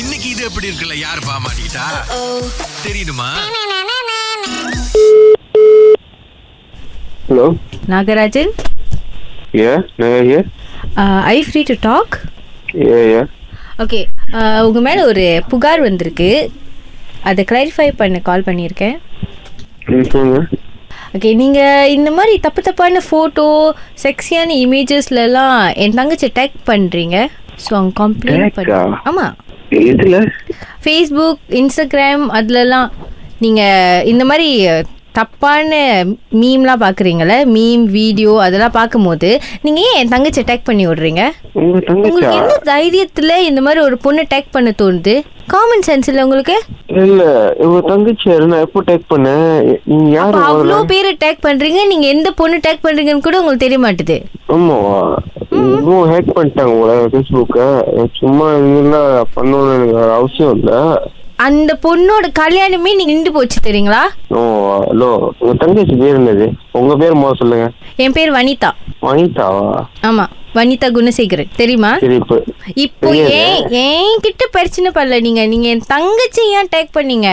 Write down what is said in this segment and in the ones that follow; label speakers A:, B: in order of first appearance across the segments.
A: இன்னைக்கு இது எப்படி இருக்குல்ல யார் பாமாட்டா தெரியுமா
B: ஹலோ
C: நாகராஜன்
B: ஏ நகர் here
C: I free to talk
B: uh uh
C: okay உங்க மேல ஒரு புகார் வந்திருக்கு அதை கிளாரிஃபை பண்ண கால் பண்ணியிருக்கேன்
B: ம் சொல்லுங்க
C: ஓகே நீங்க இந்த மாதிரி தப்பு தப்பான ஃபோட்டோ செக்ஸியான இமேஜஸ்லலாம் என் தங்கச்சி டேக் பண்றீங்க ஸோ அவங்க கம்ப்ளைண்ட் பண்ணி
B: Tag-ஆ?
C: ஆமா
B: எதுல
C: ஃபேஸ்புக் இன்ஸ்டாகிராம் அதுலலாம் நீங்க இந்த மாதிரி தப்பான மீம்லாம் பார்க்குறீங்களே மீம் வீடியோ அதெல்லாம் பார்க்கும்போது நீங்க ஏன் என் தங்கச்சி டேக் பண்ணி விடுறீங்க
B: உங்க தங்கச்சா
C: உங்களுக்கு என்ன தைரியத்துல இந்த மாதிரி ஒரு பொண்ணு டேக் பண்ண தோணுது காமன் சென்ஸ் இல்ல உங்களுக்கு
B: இல்ல உங்க தங்கச்சி யாரு? நான் எப்போ டேக் பண்ணேன் எ- நீங்க யாரு
C: அப்ப
B: முதல்ல
C: அவ்வளோ பேரை டேக் பண்றீங்க நீங்க எந்த பொண்ணு டேக் பண்றீங்கன்னு கூட உங்களுக்கு தெரிய மாட்டுது
B: ஆமாவா இன்னும் ஹேக் பண்ணிட்டாங்க உங்கள ஃபேஸ்புக்கை சும்மா இதெல்லாம் பண்ணணும்னு எனக்கு வேற அவசியம் இல்லை
C: அந்த பொண்ணோட கல்யாணமே நீங்க நின்று போச்சு தெரியுங்களா
B: ஓ ஹலோ உங்க தங்கச்சி பேர் என்னது உங்க பேர் முதல்ல சொல்லுங்க
C: என் பேர் வனிதா
B: வனிதாவா
C: ஆமா வனிதா குணசேகரன் தெரியுமா
B: சரி இப்போ
C: இப்போ ஏன் என்கிட்ட பிரச்சனை பண்ணல நீங்க நீங்க என் தங்கச்சி ஏன் டேக் பண்ணீங்க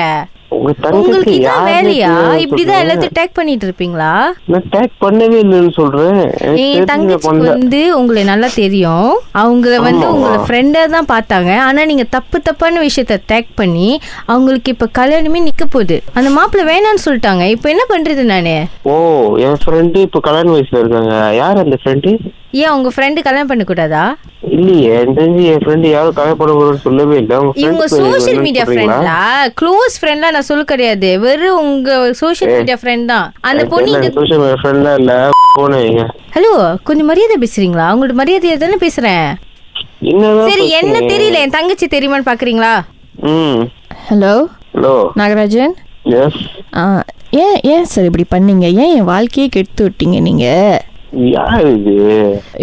B: உங்க
C: உங்களுக்கு
B: தங்கச்சி
C: இதான்
B: யாருன்னு
C: வேலையா
B: சொல்லுங்க.
C: இப்படிதான் எல்லாத்தையும் டேக் பண்ணிட்டு இருப்பீங்களா
B: நான் டேக் பண்ணவே இல்லைன்னு சொல்றேன் எனக்கு தெரிஞ்சு நான்
C: என் தங்கச்சிக்கு
B: பண்ணல.
C: வந்து உங்களை நல்லா தெரியும் அவங்கள வந்து
B: ஆமாவா?
C: உங்களை ஃப்ரெண்டா தான் பார்த்தாங்க ஆனா நீங்க தப்பு தப்பான விஷயத்த டேக் பண்ணி அவங்களுக்கு இப்ப கல்யாணமே நிக்க போகுது அந்த மாப்பிள்ளை வேணாம்னு சொல்லிட்டாங்க இப்போ என்ன பண்றது நானு
B: ஓ என் ஃப்ரெண்டு இப்போ கல்யாண வயசுல இருக்காங்க யார் அந்த ஃப்ரெண்டு
C: ஏன் உங்க ஃப்ரெண்டு கல்யாணம் பண்ண கூடாதா
B: இல்லையே எனக்கு தெரிஞ்சு என் ஃப்ரெண்டு யாரும் கல்யாணம் பண்ண போறோம்னு சொல்லவே இல்லை உங்க
C: இவங்க
B: ஃப்ரெண்டு
C: சோஷியல் மீடியா ஃப்ரெண்ட்லா க்ளோஸ் ஃப்ரெண்ட்லாம் நான் சொல்ல கிடையாது வெறும் உங்க சோஷியல் மீடியா ஃப்ரெண்ட் தான் அந்த பொண்ணு இங்க
B: சோஷியல் மீடியா ஃப்ரெண்ட்லாம் இல்ல போன வைங்க
C: ஹலோ கொஞ்சம் மரியாதை பேசுறீங்களா அவங்களோட மரியாதையா தானே பேசுறேன்
B: என்னதான்
C: சரி என்ன
B: பிரச்சனை?
C: தெரியல என் தங்கச்சி தெரியுமான்னு பாக்குறீங்களா
B: ம்
D: ஹலோ
B: ஹலோ
D: நாகராஜன்
B: எஸ்
D: ஆ, ஏன் ஏன் சார் இப்படி பண்ணீங்க ஏன் என் வாழ்க்கையே கெடுத்து விட்டீங்க நீங்கள்
B: யார் இது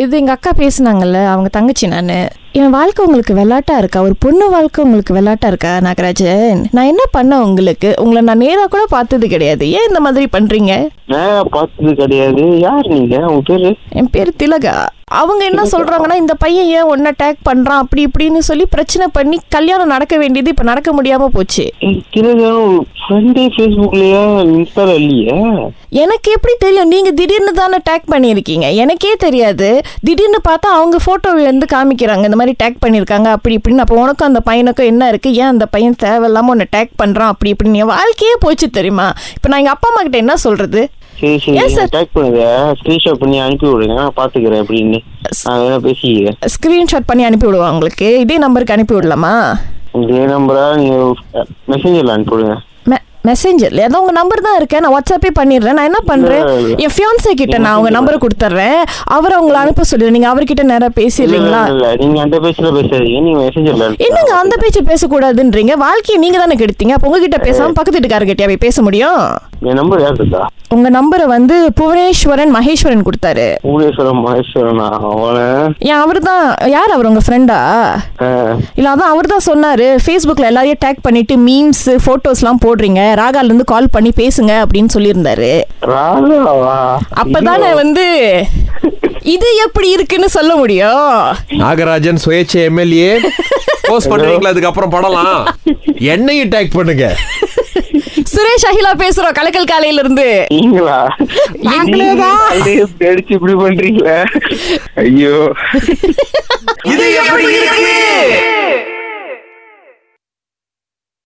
D: இது எங்கள் அக்கா பேசுனாங்கல்ல அவங்க தங்கச்சி நான் என் வாழ்க்கை உங்களுக்கு விளாட்டா இருக்கா ஒரு பொண்ணு வாழ்க்கை உங்களுக்கு விளாட்டா இருக்கா நாகராஜன் நான் என்ன பண்ண உங்களுக்கு உங்களை நான் நேராக கூட பார்த்தது கிடையாது ஏன் இந்த மாதிரி பண்ணுறீங்க
B: நான் பார்த்தது கிடையாது யார் நீங்க உங்க பேரு
D: என் பேர் திலகா அவங்க என்ன சொல்றாங்கன்னா இந்த பையன் ஏன் ஒன்றை டேக் பண்ணுறான் அப்படி இப்படின்னு சொல்லி பிரச்சனை பண்ணி கல்யாணம் நடக்க வேண்டியது இப்போ நடக்க முடியாமல் போச்சு
B: திருதான் ஃப்ரெண்டே ஃபேஸ்புக்லயா இன்ஸ்டால இல்லையே
D: எனக்கு எப்படி தெரியும் நீங்க திடீர்னு தானே டேக் பண்ணியிருக்கீங்க எனக்கே தெரியாது திடீர்னு பார்த்தா அவங்க போட்டோ வந்து காமிக்கிறாங்க இந்த மாதிரி டேக் பண்ணியிருக்காங்க அப்படி இப்படின்னு அப்போ உனக்கும் அந்த பையனுக்கும் என்ன இருக்கு ஏன் அந்த பையன் தேவையில்லாம உன்னை டேக் பண்றான் அப்படி இப்படின்னு என் வாழ்க்கையே போச்சு தெரியுமா இப்போ நான் எங்க அப்பா அம்மா கிட்ட என்ன சொல்றது
B: சரி சரி
D: Yes, sir.
B: நீங்க டேக் பண்ணுங்க ஸ்கிரீன்ஷாட் பண்ணி அனுப்பி விடுங்க நான் பாத்துக்கிறேன் அப்படின்னு நான் வேணா பேசிக்கிறேன்
D: ஸ்கிரீன்ஷாட் பண்ணி அனுப்பி விடுவா உங்களுக்கு இதே நம்பருக்கு அனுப்பி விடலாமா
B: இதே நம்பரா நீங்க மெசேஜர்ல அனுப்பிவிடுங்க
D: மெசேஞ்சர்ல ஏதோ உங்க நம்பர் தான் இருக்கேன் நான் வாட்ஸ்அப்பே பண்ணிடுறேன் நான் என்ன பண்றேன்
B: இல்ல, இல்ல.
D: என் ஃபியான்சே கிட்ட நான் உங்க நம்பரை கொடுத்துட்றேன் அவர் அவங்களை அனுப்ப சொல்லிடுறேன் நீங்க அவர்கிட்ட நேரா
B: இல்ல, இல்ல,
D: பேசிடுறீங்களா
B: இல்ல, நீங்க அந்த பேச்சுல பேசாதீங்க நீங்க மெசேஜர்ல
D: என்னங்க அந்த பேச்சு பேசக்கூடாதுன்றீங்க வாழ்க்கையை நீங்க தானே கெடுத்தீங்க அப்போ உங்ககிட்ட பேசாம பக்கத்து வீட்டுக்காரர்கிட்டயா போய் பேச முடியும்
B: என் நம்பர் யார் இருக்கா
D: உங்க நம்பரை வந்து புவனேஸ்வரன் மகேஸ்வரன் கொடுத்தாரு
B: ஊரேஸ்வரம் மகேஸ்வரனா அவனை
D: ஏன் அவர் தான் யார் அவர் உங்க ஃப்ரெண்டா
B: ஆஹ்,
D: இல்ல அதான் அவர் தான் சொன்னாரு ஃபேஸ்புக்கில் எல்லாரையும் டேக் பண்ணிட்டு மீம்ஸ் ஃபோட்டோஸ்லாம் போடுறீங்க ராகால இருந்து கால் பண்ணி பேசுங்க அப்படின்னு சொல்லியிருந்தாரு
B: ராதாவா
D: அப்பதானே வந்து இது எப்படி இருக்குன்னு சொல்ல முடியும்
A: நாகராஜன் சுயேட்சை எம்எல்ஏ போஸ்ட் பண்ணுவீங்களா அதுக்கப்புறம் படலாம் என்னையும் டேக் பண்ணுங்க
D: சுரேஷ் அகிலா பேசுறோம் கலக்கல் காலையில இருந்து
B: நீங்களா
D: நாங்களேதான்.
B: நீங்க அப்படியே அடிச்சு இப்படி பண்றீங்களே ஐயோ
A: இது எப்படி இருக்கு